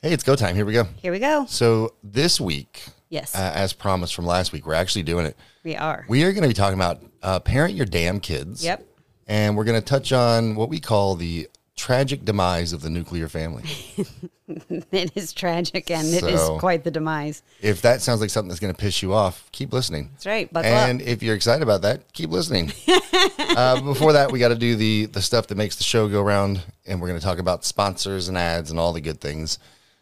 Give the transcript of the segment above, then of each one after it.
Hey, it's go time. Here we go. Here we go. So this week, Yes, uh, as promised from last week, we're actually doing it. we are. We are going to be talking about uh, parent your damn kids. Yep. And we're going to touch on what we call the tragic demise of the nuclear family. it is tragic and it So- is quite the demise. if that sounds like something that's going to piss you off, keep listening. That's right. Buckle up. And if you're excited about that, keep listening. uh, before that, we got to do the the stuff that makes the show go round, and we're going to talk about sponsors and ads and all the good things.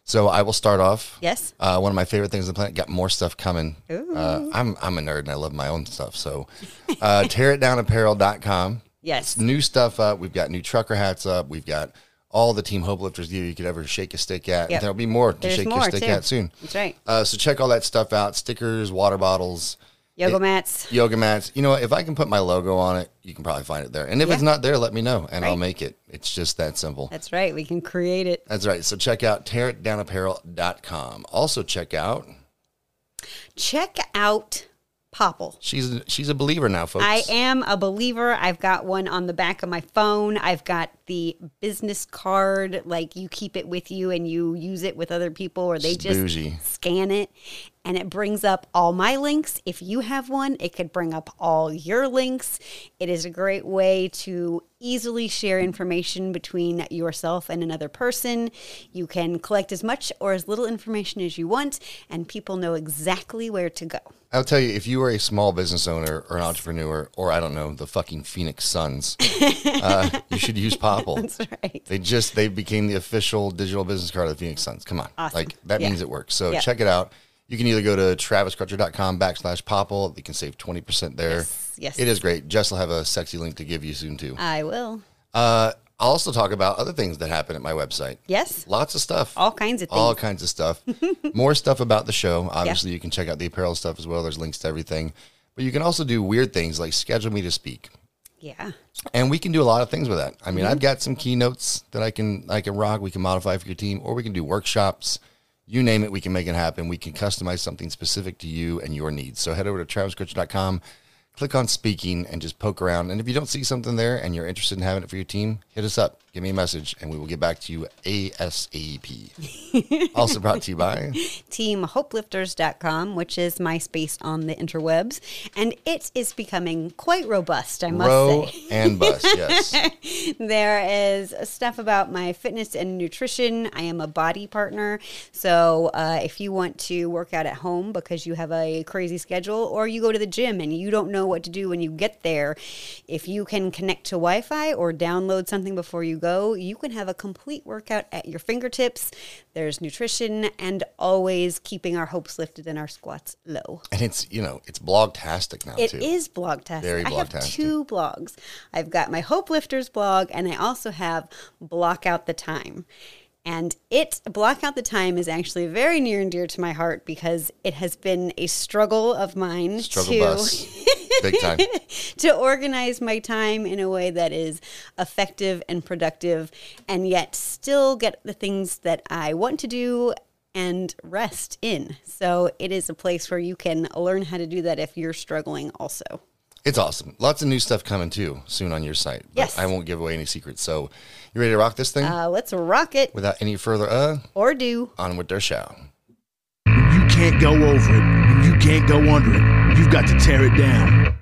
So I will start off. Yes. Uh, one of my favorite things on the planet. Got more stuff coming. Uh, I'm I'm a nerd and I love my own stuff. So uh, tearitdownapparel.com. Yes. New stuff up. We've got new trucker hats up. We've got all the Team Hope Lifters gear you could ever shake a stick at. Yep. There'll be more to There's shake more your stick too. at soon. That's right. Uh, so check all that stuff out: stickers, water bottles, Yoga mats. yoga mats. You know, what? if I can put my logo on it, you can probably find it there. And if Yeah. it's not there, let me know, and I'll Right. make it. It's just that simple. That's right. We can create it. That's right. So check out teardownapparel.com. Also check out Check out Popple. she's she's a believer now, folks. I am a believer. I've got one on the back of my phone. I've got the business card. Like you keep it with you and you use it with other people, or they She's just bougie. scan it and it brings up all my links. If you have one, it could bring up all your links. It is a great way to easily share information between yourself and another person. You can collect as much or as little information as you want, and people know exactly where to go. I'll tell you, if you are a small business owner or an entrepreneur, or I don't know, the fucking Phoenix Suns, uh, you should use Popple. That's right. They just they became the official digital business card of the Phoenix Suns. Come on. Awesome. Like that Yeah. means it works. So Yeah. check it out. You can either go to traviscrutcher.com backslash popple. You can save 20% there. Yes, yes. It is great. Jess will have a sexy link to give you soon too. I will. Uh, I'll also talk about other things that happen at my website. Yes. Lots of stuff. All kinds of things. All kinds of stuff. More stuff about the show. Obviously, you can check out the apparel stuff as well. There's links to everything. But you can also do weird things like schedule me to speak yeah. and we can do a lot of things with that. I Mm-hmm. mean, I've got some keynotes that I can I can rock. We can modify for your team, or we can do workshops. You name it, we can make it happen. We can customize something specific to you and your needs. So head over to traviscritcher.com, click on speaking, and just poke around. And if you don't see something there and you're interested in having it for your team, hit us up, give me a message, and we will get back to you ASAP. also brought to you by teamhopelifters.com, which is my space on the interwebs, and it is becoming quite robust, I must Row say. and Bus. Yes. There is stuff about my fitness and nutrition. I am a body partner, so uh, if you want to work out at home because you have a crazy schedule, or you go to the gym and you don't know what to do when you get there, if you can connect to Wi Fi or download something before you go, you can have a complete workout at your fingertips. There's nutrition and always keeping our hopes lifted and our squats low. And it's, you know, it's blogtastic now It too. is blogtastic. Very I have blogtastic. two blogs. I've got my Hope Lifters blog, and I also have Block Out the Time. And it Block Out the Time is actually very near and dear to my heart because it has been a struggle of mine Struggle to bus. Big time. to organize my time in a way that is effective and productive and yet still get the things that I want to do and rest in. So it is a place where you can learn how to do that if you're struggling also. It's awesome. Lots of new stuff coming too soon on your site. But Yes. I won't give away any secrets. So you ready to rock this thing? Uh, let's rock it Without any further uh, or do. on with their show. When you can't go over it, when you can't go under it, you've got to tear it down.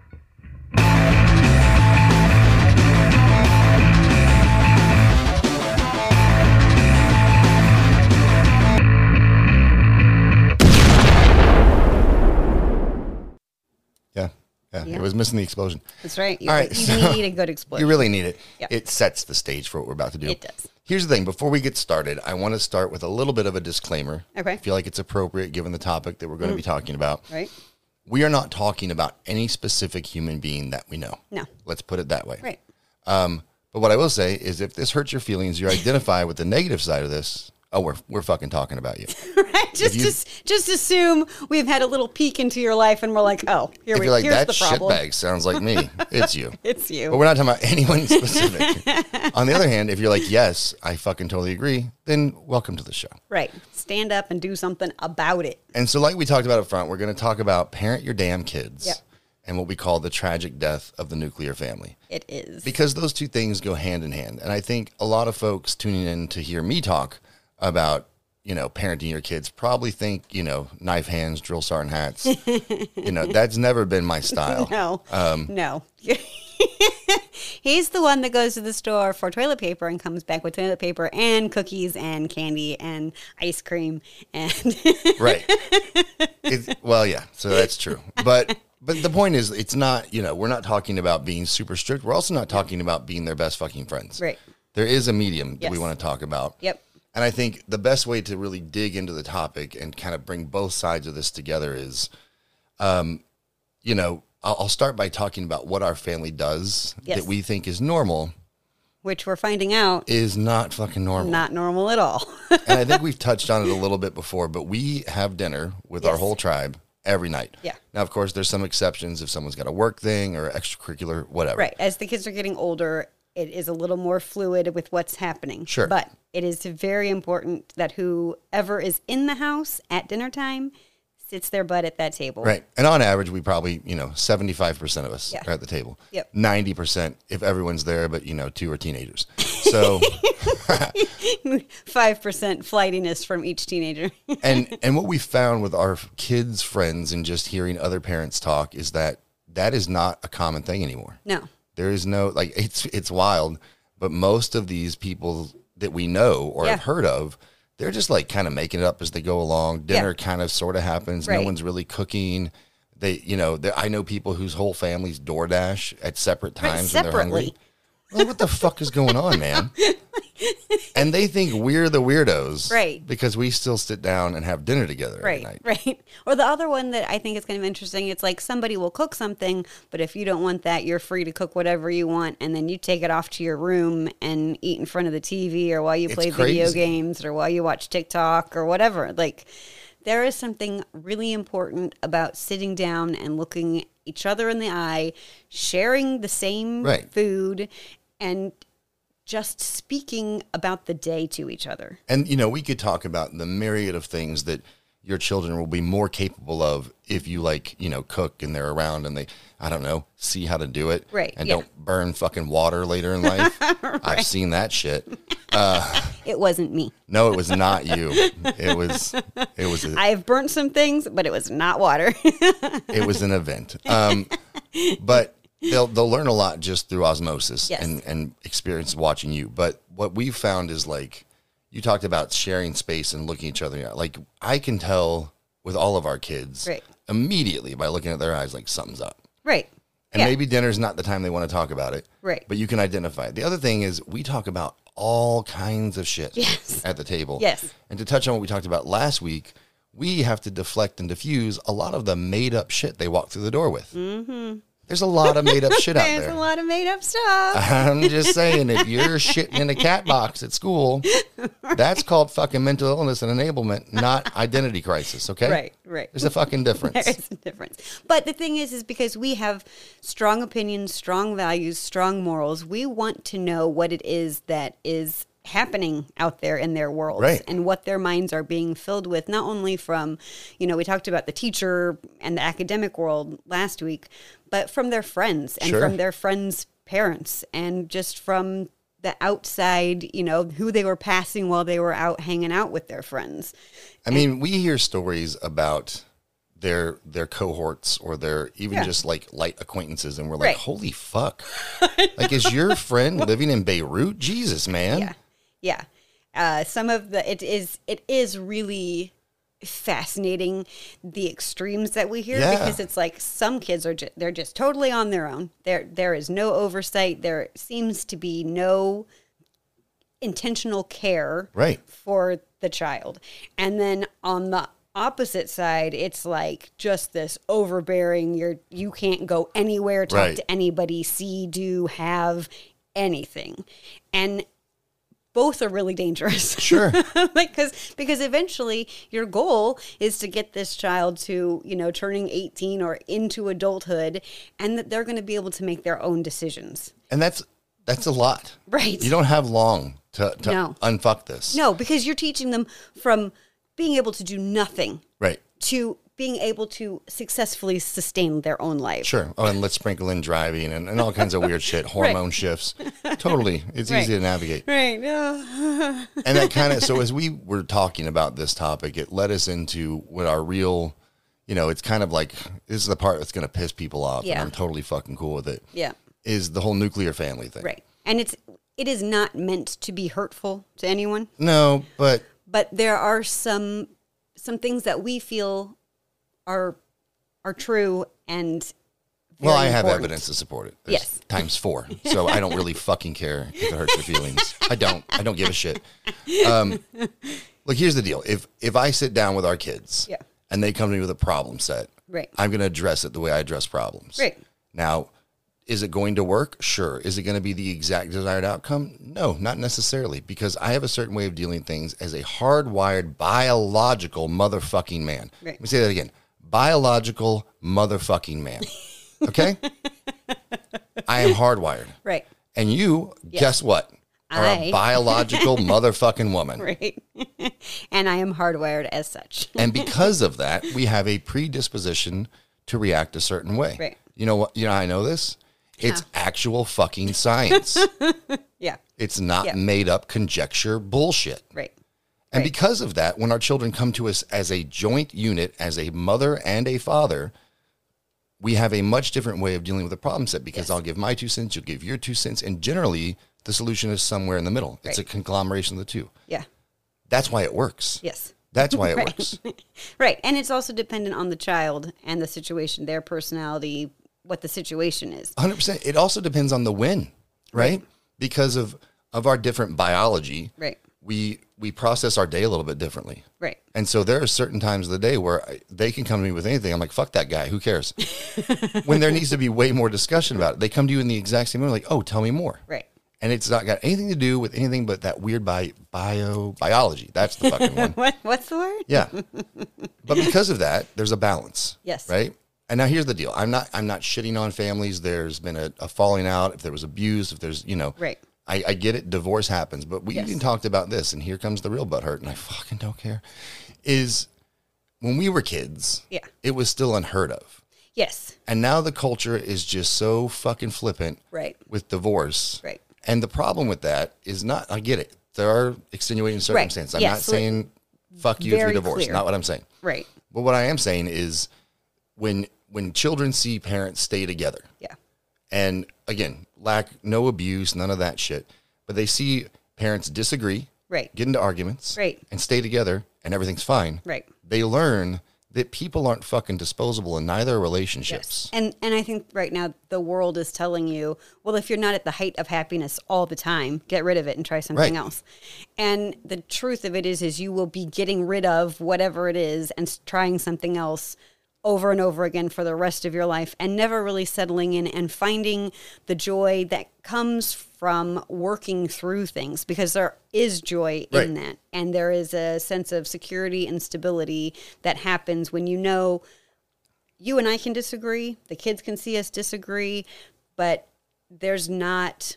Yeah. yeah. Yeah. It was missing the explosion. That's right. You, All right, you so- need a good explosion. You really need it. Yeah. It sets the stage for what we're about to do. It does. Here's the thing before we get started, I want to start with a little bit of a disclaimer. Okay. Mm. I feel like it's appropriate given the topic that we're going to be talking about. right? We are not talking about any specific human being that we know. No. Let's put it that way. Right. Um, but what I will say is, if this hurts your feelings, you identify with the negative side of this. Oh, we're we're fucking talking about you. Right. Just, you- just, just assume we've had a little peek into your life, and we're like, oh, here If we, you're like here's that the problem. shitbag sounds like me, it's you. It's you. But we're not talking about anyone specific. On the other hand, if you're like, yes, I fucking totally agree, then welcome to the show. Right. Stand up and do something about it. And so, like we talked about up front, we're going to talk about parent your damn kids Yep. and what we call the tragic death of the nuclear family. It is. because those two things go hand in hand. And I think a lot of folks tuning in to hear me talk about you know, parenting your kids probably think, you know, knife hands, drill sergeant hats. you know, that's never been my style. No. Um, no. He's the one that goes to the store for toilet paper and comes back with toilet paper and cookies and candy and ice cream and Right. It, well, yeah. So that's true. But but the point is, it's not. You know, we're not talking about being super strict. We're also not talking about being their best fucking friends. Right. There is a medium that we Yes. want to talk about. Yep. And I think the best way to really dig into the topic and kind of bring both sides of this together is, um, you know, I'll, I'll start by talking about what our family does Yes. that we think is normal which we're finding out is not fucking normal. not normal at all. and I think we've touched on it a little bit before, but we have dinner with our Yes. whole tribe every night. Yeah. Now, of course, there's some exceptions if someone's got a work thing or extracurricular, whatever. right. As the kids are getting older, it is a little more fluid with what's happening. Sure. But it is very important that whoever is in the house at dinner time sits their butt at that table. Right. And on average, we probably, you know, 75% of us Yeah. are at the table. Yep. 90% if everyone's there, but, you know, two are teenagers. So, 5% flightiness from each teenager. and, and what we found with our kids' friends and just hearing other parents talk is that that is not a common thing anymore. no. There is no like it's it's wild, but most of these people that we know or have Yeah. heard of, they're just like kind of making it up as they go along. Dinner kind of sort of happens. No Right. one's really cooking. They, you know, they- I know people whose whole families DoorDash at separate times when they're hungry. separately. Like, what the fuck is going on, man? and they think we're the weirdos, Right. Because we still sit down and have dinner together every Right, night. right. Or the other one that I think is kind of interesting, it's like somebody will cook something, but if you don't want that, you're free to cook whatever you want, and then you take it off to your room and eat in front of the TV or while you play video crazy. games or while you watch TikTok or whatever. Like, there is something really important about sitting down and looking each other in the eye, sharing the same Right. food, and just speaking about the day to each other. And you know, we could talk about the myriad of things that your children will be more capable of if you like, you know, cook and they're around and they, I don't know, see how to do it, Right, And yeah. don't burn fucking water later in life. I've seen that shit. It wasn't me. No, it was not you. It was, it was, a, I've burnt some things, but it was not water. it was an event. Um, but they'll they'll learn a lot just through osmosis Yes. and and experience watching you. But what we found is like you talked about sharing space and looking each other in the eye. Like I can tell with all of our kids Right. immediately by looking at their eyes, like something's up. right. And yeah. maybe dinner's not the time they want to talk about it. Right. But you can identify. it. The other thing is we talk about all kinds of shit Yes. at the table. Yes. And to touch on what we talked about last week, we have to deflect and diffuse a lot of the made up shit they walk through the door with. Mm-hmm. There's a lot of made up shit out There's there. a lot of made up stuff. I'm just saying, if you're shitting in a cat box at school, that's called fucking mental illness and enablement, not identity crisis. Okay. Right, right. There's a fucking difference. There is a difference. But the thing is, is because we have strong opinions, strong values, strong morals, we want to know what it is that is happening out there in their worlds Right. and what their minds are being filled with, not only from, you know, we talked about the teacher and the academic world last week, but from their friends and Sure. from their friends' parents and just from the outside, you know, who they were passing while they were out hanging out with their friends. I mean, we hear stories about their their cohorts or their even Yeah. just like light acquaintances, and we're like, Right. holy fuck! like, is your friend living in Beirut? Jesus, man! yeah yeah uh, some of the it is it is really fascinating the extremes that we hear Yeah. because it's like some kids are ju- they're just totally on their own there there is no oversight there seems to be no intentional care Right. for the child and then on the opposite side it's like just this overbearing you're you can't go anywhere talk Right. to anybody see do have anything and both are really dangerous. Sure. like because because eventually your goal is to get this child to you know turning 18 or into adulthood and that they're going to be able to make their own decisions And that's that's a lot. Right. You don't have long to, to No. unfuck this. no because you're teaching them from being able to do nothing Right. to being able to successfully sustain their own life. Sure. Oh, and let's sprinkle in driving and, and all kinds of weird shit, hormone shifts. Totally. It's Right. easy to navigate. Right. Yeah. And that kind of, so as we were talking about this topic, it led us into what our real, you know, it's kind of like, this is the part that's going to piss people off. And Yeah. I'm totally fucking cool with it. yeah. Is the whole nuclear family thing. Right. And it's it is not meant to be hurtful to anyone, No, but but there are some some things that we feel are are true and Well, very I have important. evidence to support it. Yes. times four. So I don't really fucking care if it hurts your feelings. I don't. I don't give a shit. Um, look, here's the deal. If if I sit down with our kids, Yeah. and they come to me with a problem set, Right. I'm going to address it the way I address problems. Right. Now, is it going to work? Sure. Is it going to be the exact desired outcome? No, not necessarily, because I have a certain way of dealing things as a hardwired biological motherfucking man. Right. Let me say that again. Biological motherfucking man. Okay? I am hardwired. Right. And you, guess what? Are a I- biological motherfucking woman. Right. and I am hardwired as such. and because of that, we have a predisposition to react a certain way. Right. You know what? You know how I know this. It's actual fucking science. Yeah. it's not Yeah. made up conjecture bullshit. Right. And because of that, when our children come to us as a joint unit, as a mother and a father, we have a much different way of dealing with a problem set because I'll give my two cents, you'll give your two cents, and generally the solution is somewhere in the middle. It's a conglomeration of the two. Yeah. That's why it works. Yes. That's why it works. Right. And it's also dependent on the child and the situation, their personality, what the situation is. hundred percent. It also depends on the when, right? Because of of our different biology, Right. we we process our day a little bit differently, Right. and so there are certain times of the day where I, they can come to me with anything. I'm like, fuck that guy. Who cares? when there needs to be way more discussion about it, they come to you in the exact same moment, like, oh, tell me more. Right. And it's not got anything to do with anything but that weird bi- bio biology. That's the fucking one. What what's the word? Yeah. but because of that, there's a balance. Yes. Right? And now here's the deal. I'm not I'm not shitting on families. There's been a, a falling out, if there was abuse, if there's you know Right. I, I get it, divorce happens, but we even talked about this, and here comes the real butt hurt, and I fucking don't care. Is when we were kids, Yeah. it was still unheard of. Yes. And now the culture is just so fucking flippant Right. with divorce. Right. And the problem with that is not, I get it. There are extenuating circumstances. I'm Yeah, not so it- saying fuck you if you're Very divorced. clear. Not what I'm saying. Right. But what I am saying is when when children see parents stay together, Yeah. and again, lack no abuse, none of that shit, but they see parents disagree, Right. get into arguments, Right. and stay together and everything's fine. Right. They learn that people aren't fucking disposable in neither are relationships. And and I think right now the world is telling you, well, if you're not at the height of happiness all the time, get rid of it and try something Right. else. And the truth of it is, is you will be getting rid of whatever it is and s- trying something else over and over again for the rest of your life, and never really settling in and finding the joy that comes from working through things because there is joy in Right. that, and there is a sense of security and stability that happens when you know you and I can disagree, the kids can see us disagree, but there's not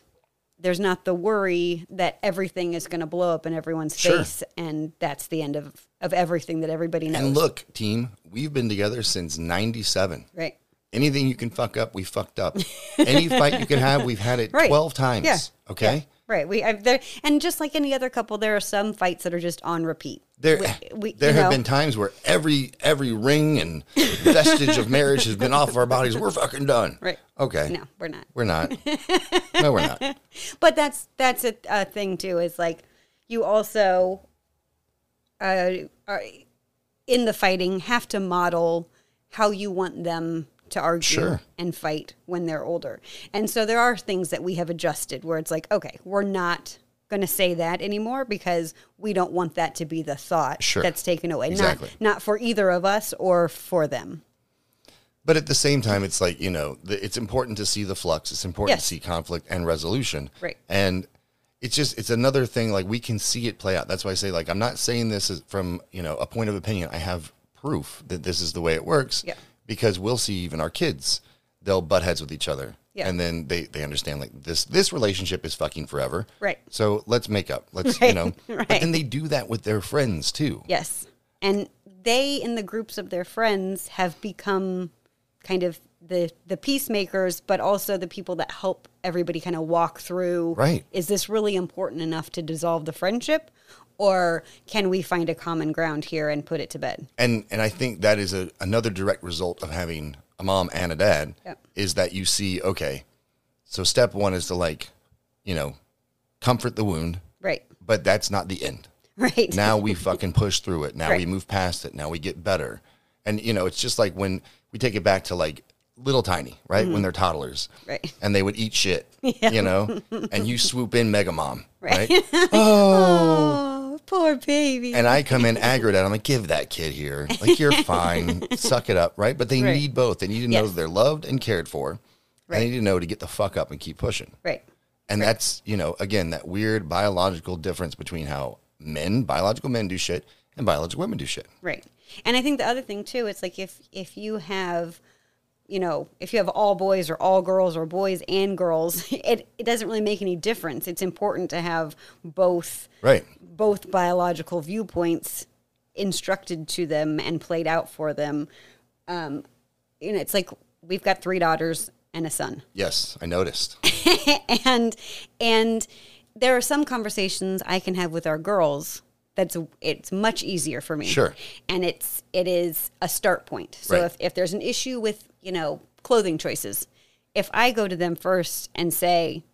there's not the worry that everything is going to blow up in everyone's Sure. face and that's the end of of everything that everybody knows. And look, team, we've been together since 97. right. Anything you can fuck up, we fucked up. Any fight you can have, we've had it Right. 12 times. Yeah. Okay? Right. We I've, there and just like any other couple there are some fights that are just on repeat. There, we- there you have know. been times where every every ring and vestige of marriage has been off of our bodies. We're fucking done. Right. Okay. No, we're not. We're not. No, we're not. But that's that's a, a thing too. Is like you also uh, are in the fighting have to model how you want them to argue Sure. and fight when they're older. And so there are things that we have adjusted where it's like, okay, we're not going to say that anymore because we don't want that to be the thought Sure. that's taken away. Exactly. Not not for either of us or for them. But at the same time, it's like you know, the, it's important to see the flux. It's important Yes. to see conflict and resolution. Right. And it's just it's another thing. Like we can see it play out. That's why I say like I'm not saying this is from you know a point of opinion. I have proof that this is the way it works. Yeah. Because we'll see even our kids, they'll butt heads with each other. Yeah. And then they they understand like this this relationship is fucking forever. Right. So let's make up. Let's you know. Right. But then they do that with their friends too. Yes. And they and the groups of their friends have become kind of the the peacemakers, but also the people that help everybody kind of walk through. Right. Is this really important enough to dissolve the friendship, or can we find a common ground here and put it to bed? and and I think that is a, another direct result of having a mom and a dad Yep. is that you see okay, so step one is to like, you know, comfort the wound, Right. but that's not the end. Right. Now we fucking push through it. Now we Right. move past it. Now we get better. And you know, it's just like when we take it back to like little tiny, right? When they're toddlers. Mm-hmm. Right. And they would eat shit. You know? and you swoop in mega mom. Right. Right. oh, poor baby. And I come in aggroed at. I'm like, give that kid here. Like you're fine. Suck it up, right? But they Right. need both. They need to know Yes. that they're loved and cared for. Right. They need to know to get the fuck up and keep pushing. right. And that's, you know, again, that weird biological difference between how men, biological men do shit and biological women do shit. Right. And I think the other thing too, it's like if if you have you know, if you have all boys or all girls or boys and girls, it, it doesn't really make any difference. It's important to have both Right. both biological viewpoints instructed to them and played out for them. Um, you know, it's like we've got three daughters and a son Yes, I noticed. and and there are some conversations I can have with our girls that's it's much easier for me. Sure. And it's it is a start point. So Right. if, if there's an issue with, you know, clothing choices, if I go to them first and say,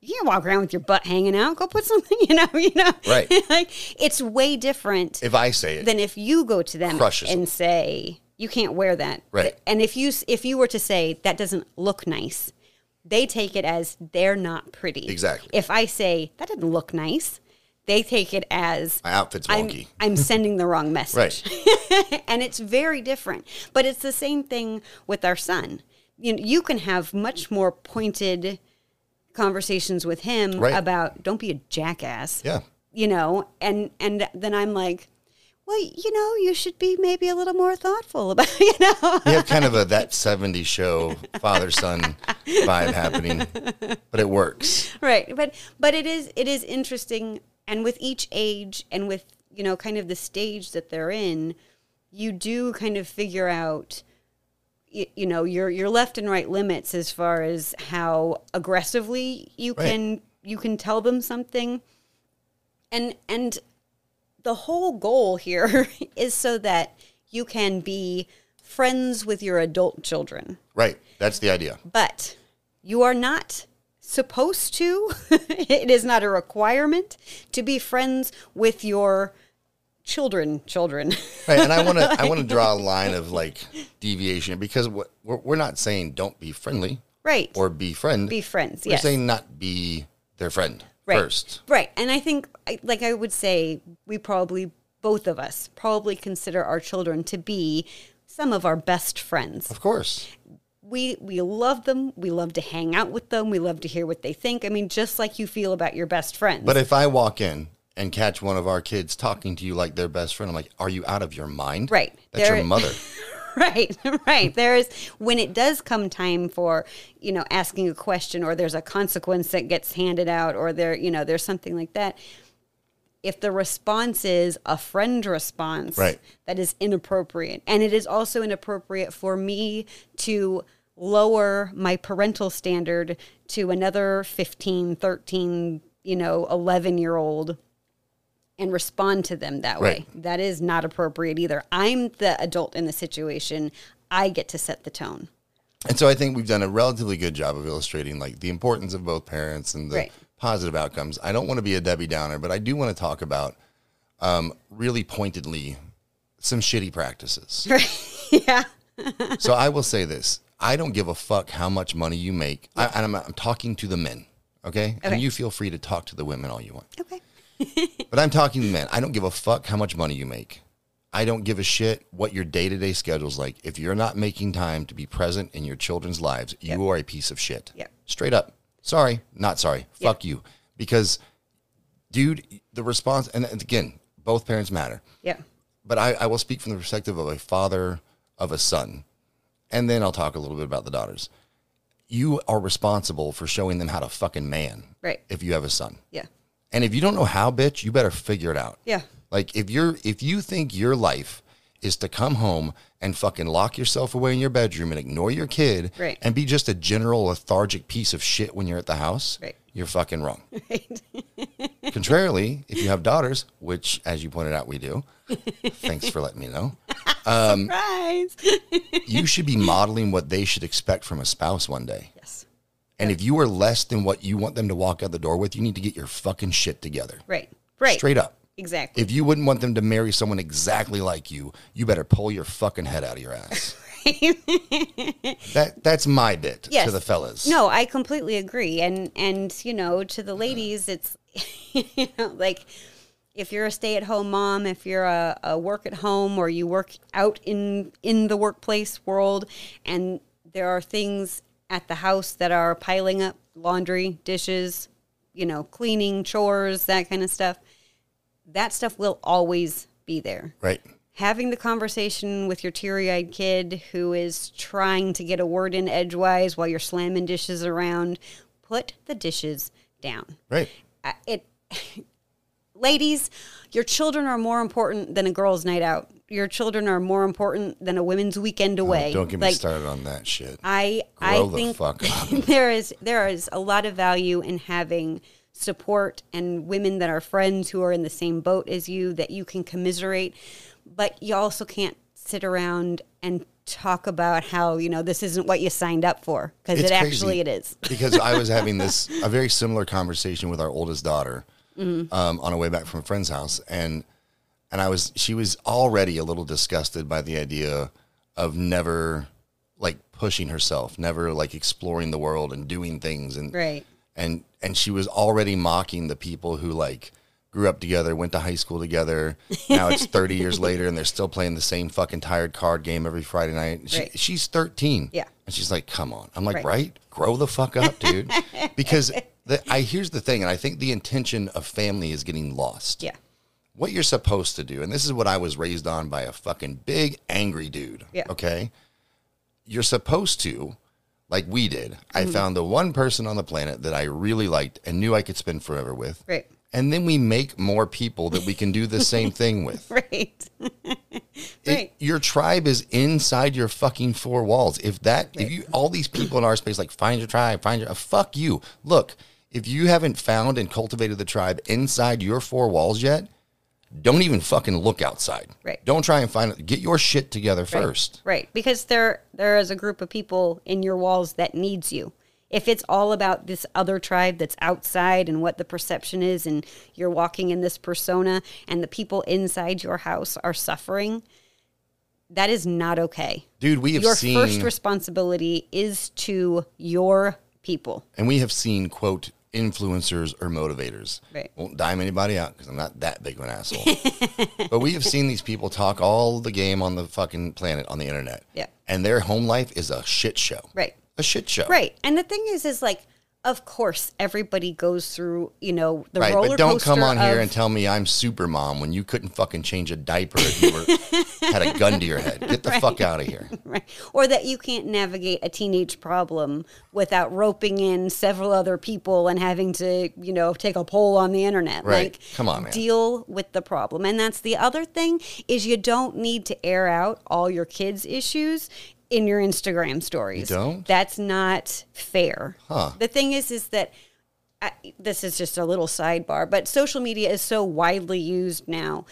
You can't walk around with your butt hanging out, go put something, you know, you know. Right. like it's way different If I say it, than if you go to them Crushes and them. say you can't wear that Right. and if you s- if you were to say that doesn't look nice they take it as they're not pretty Exactly. if i say that doesn't look nice they take it as my outfit's I'm, wonky. I'm sending the wrong message right. and it's very different. But it's the same thing with our son. You know, you can have much more pointed conversations with him Right. about don't be a jackass. Yeah. You know, and and then I'm like, well, you know, you should be maybe a little more thoughtful about, you know. We have kind of a that 70 show father son vibe happening, but it works. right but but it is it is interesting and with each age and with you know kind of the stage that they're in you do kind of figure out you, you know your your left and right limits as far as how aggressively you Right. can you can tell them something and and the whole goal here is so that you can be friends with your adult children Right. That's the idea. but you are not supposed to it is not a requirement to be friends with your children children Right, and I want to I want to draw a line of like deviation because what we're, we're not saying don't be friendly right or be friend. be friends We're yes saying not be their friend first. right and i think I- like i would say we probably both of us probably consider our children to be some of our best friends Of course. we we love them we love to hang out with them we love to hear what they think i mean just like you feel about your best friends But if I walk in and catch one of our kids talking to you like their best friend, I'm like, "Are you out of your mind?" Right. That's They're- your mother. right right there is when it does come time for you know asking a question or there's a consequence that gets handed out or there you know there's something like that if the response is a friend response Right. that is inappropriate and it is also inappropriate for me to lower my parental standard to another 15 13 you know 11 year old and respond to them that way. That is not appropriate either. I'm the adult in the situation. I get to set the tone. And so I think we've done a relatively good job of illustrating like the importance of both parents and the Right. positive outcomes. I don't want to be a Debbie Downer, but I do want to talk about um, really pointedly some shitty practices. yeah. so I will say this: I don't give a fuck how much money you make, I, and I'm, I'm talking to the men. Okay? Okay. and you feel free to talk to the women all you want, Okay. but I'm talking to men. I don't give a fuck how much money you make. I don't give a shit what your day to day schedule's like. If you're not making time to be present in your children's lives, you are a piece of shit. Yep. Straight up. Sorry, not sorry. Fuck you. Because, dude, the response, and again, both parents matter Yeah. but I, I will speak from the perspective of a father of a son. And then I'll talk a little bit about the daughters. You are responsible for showing them how to fucking man. Right. If you have a son. Yeah. And if you don't know how, bitch, you better figure it out. Yeah. Like if you're if you think your life is to come home and fucking lock yourself away in your bedroom and ignore your kid Right. and be just a general lethargic piece of shit when you're at the house, Right. you're fucking wrong. Right. Contrarily, if you have daughters, which as you pointed out we do, thanks for letting me know. Um, Surprise. You should be modeling what they should expect from a spouse one day. yes. And if you are less than what you want them to walk out the door with, you need to get your fucking shit together. Right. Right. Straight up. Exactly. If you wouldn't want them to marry someone exactly like you, you better pull your fucking head out of your ass. that that's my bit Yes. to the fellas. No, I completely agree. And and you know, to the ladies, it's you know, like if you're a stay-at-home mom, if you're a, a work at home or you work out in in the workplace world, and there are things at the house that are piling up, laundry, dishes, you know, cleaning, chores, that kind of stuff. That stuff will always be there Right. having the conversation with your teary-eyed kid who is trying to get a word in edgewise while you're slamming dishes around put the dishes down Right. I- it ladies your children are more important than a girl's night out your children are more important than a women's weekend away Oh, Don't get me Like, started on that shit. i Grow i the think fuck up. there is there is a lot of value in having support and women that are friends who are in the same boat as you that you can commiserate but you also can't sit around and talk about how you know this isn't what you signed up for because it It's crazy actually it is because I was having this a very similar conversation with our oldest daughter Mm-hmm. um, on our way back from a friend's house, and and I was she was already a little disgusted by the idea of never like pushing herself, never like exploring the world and doing things, and Right. and and she was already mocking the people who like grew up together, went to high school together. Now it's 30 years later and they're still playing the same fucking tired card game every Friday night. She, Right. She's 13. Yeah. And she's like, "Come on." I'm like, Right. "Right, grow the fuck up, dude." because the, I here's the thing, and I think the intention of family is getting lost. yeah What you're supposed to do, and this is what I was raised on by a fucking big angry dude. Yeah. Okay. You're supposed to, like we did. Mm-hmm. I found the one person on the planet that I really liked and knew I could spend forever with. right And then we make more people that we can do the same thing with. right It- Right. your tribe is inside your fucking four walls. If that, if you, all these people in our space, like find your tribe, find your, uh, fuck you. Look, if you haven't found and cultivated the tribe inside your four walls yet, don't even fucking look outside. Right. Don't try and find it. Get your shit together first. Right, because there there is a group of people in your walls that needs you. If it's all about this other tribe that's outside and what the perception is and you're walking in this persona and the people inside your house are suffering, that is not okay. Dude, we have Your seen. first responsibility is to your people. and we have seen quote influencers or motivators Right. won't dime anybody out because i'm not that big of an asshole but we have seen these people talk all the game on the fucking planet on the internet Yeah. and their home life is a shit show Right. a shit show Right. And the thing is is like of course everybody goes through, you know, the Right, roller but don't come coaster on here of- and tell me I'm super mom when you couldn't fucking change a diaper if you were, had a gun to your head. Get the fuck out of here. right? Or that you can't navigate a teenage problem without roping in several other people and having to, you know, take a poll on the internet. Right. Like, Come on, man. deal with the problem. And that's the other thing is you don't need to air out all your kids' issues in your Instagram stories. You don't? That's not fair. The thing is, is that. I, this is just a little sidebar, but social media is so widely used now.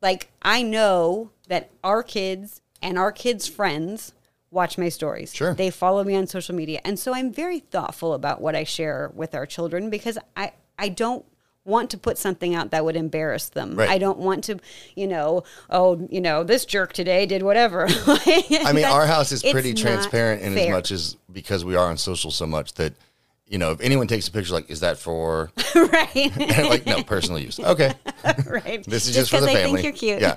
Like, I know that our kids and our kids' friends watch my stories. Sure. They follow me on social media. And so I'm very thoughtful about what I share with our children because I, I don't want to put something out that would embarrass them. Right. I don't want to, you know, oh, you know, this jerk today did whatever. I mean, our house is it's pretty not transparent in as fair. much as because we are on social so much that, you know, if anyone takes a picture, like, is that for right. like no personal use. Okay, right. this is just, for the 'cause I family. think you're cute. Yeah,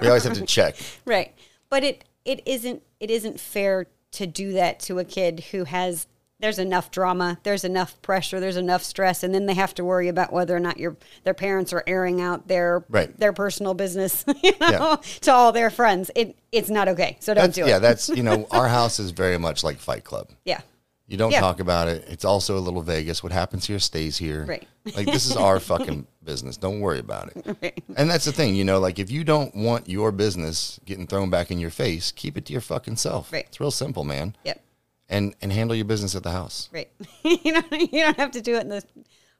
we always have to check. Right. But it it isn't it isn't fair to do that to a kid who has there's enough drama, there's enough pressure, there's enough stress, and then they have to worry about whether or not your their parents are airing out their Right. their personal business, you know, to all their friends. It it's not okay. So That's, don't do yeah, it. that's you know our house is very much like Fight Club. yeah. You don't Yeah. talk about it. It's also a little Vegas. What happens here stays here. Right. Like this is our fucking business. Don't worry about it. And that's the thing, you know, like if you don't want your business getting thrown back in your face, keep it to your fucking self. Right. It's real simple, man. Yep. And and handle your business at the house. Right. you know, you don't have to do it in the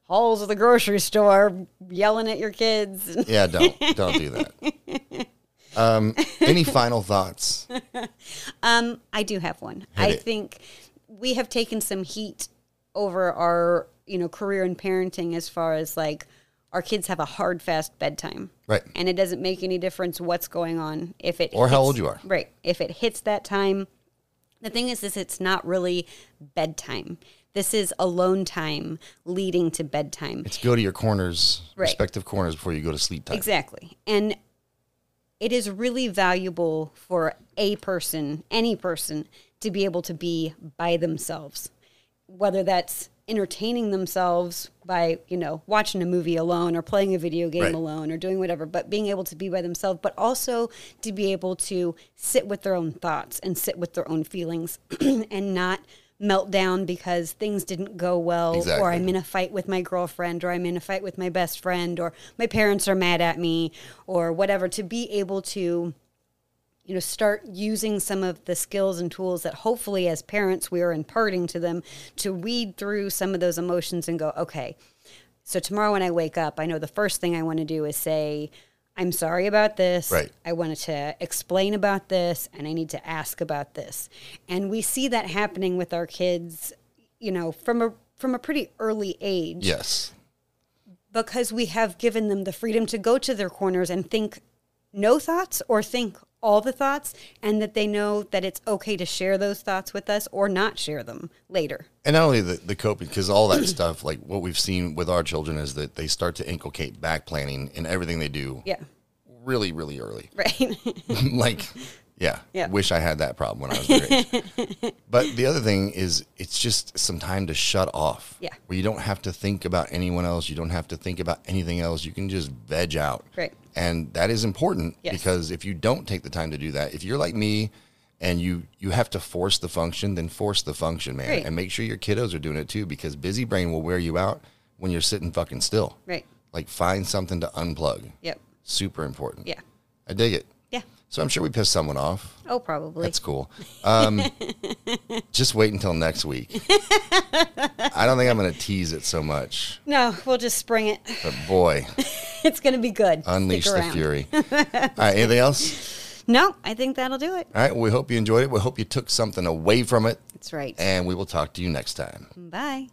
halls of the grocery store, yelling at your kids. Yeah, don't don't do that. Um, any final thoughts? Um, I do have one. I it. think we have taken some heat over our, you know, career in parenting as far as like our kids have a hard fast bedtime. Right. And it doesn't make any difference what's going on if it Or how hits- old you are. Right. If it hits that time, the thing is is it's not really bedtime. This is alone time leading to bedtime. It's go to your corners, Right. respective corners before you go to sleep time. Exactly. And it is really valuable for a person, any person, to be able to be by themselves, whether that's entertaining themselves by, you know, watching a movie alone or playing a video game Right. alone or doing whatever, but being able to be by themselves, but also to be able to sit with their own thoughts and sit with their own feelings and not melt down because things didn't go well or Exactly. I'm in in a fight with my girlfriend or I'm in a fight with my best friend or my parents are mad at me or whatever to be able to you know start using some of the skills and tools that hopefully as parents we are imparting to them to weed through some of those emotions and go okay so tomorrow when I wake up I know the first thing I want to do is say I'm sorry about this Right. I wanted to explain about this and I need to ask about this. And we see that happening with our kids, you know, from a from a pretty early age Yes. because we have given them the freedom to go to their corners and think no thoughts or think all the thoughts and that they know that it's okay to share those thoughts with us or not share them later. And not only the, the coping, because all that stuff, like what we've seen with our children is that they start to inculcate back planning in everything they do Yeah. really, really early. Right. like, yeah, Yeah. wish I had that problem when I was their age. but the other thing is, it's just some time to shut off. Yeah. Where you don't have to think about anyone else. You don't have to think about anything else. You can just veg out. Right. And that is important Yes. because if you don't take the time to do that, if you're like me and you you have to force the function, then force the function, man. Right. And make sure your kiddos are doing it too because busy brain will wear you out when you're sitting fucking still. right. Like find something to unplug. Yep. Super important. Yeah. I dig it. Yeah. So I'm sure we pissed someone off. Oh, probably. That's cool. Um, just wait until next week. I don't think I'm going to tease it so much, no, we'll just spring it. but boy, It's going to be good. Stick unleash the around. fury. All right, anything else? No, I think that'll do it. All right, we hope you enjoyed it. We hope you took something away from it, That's right. and we will talk to you next time. Bye.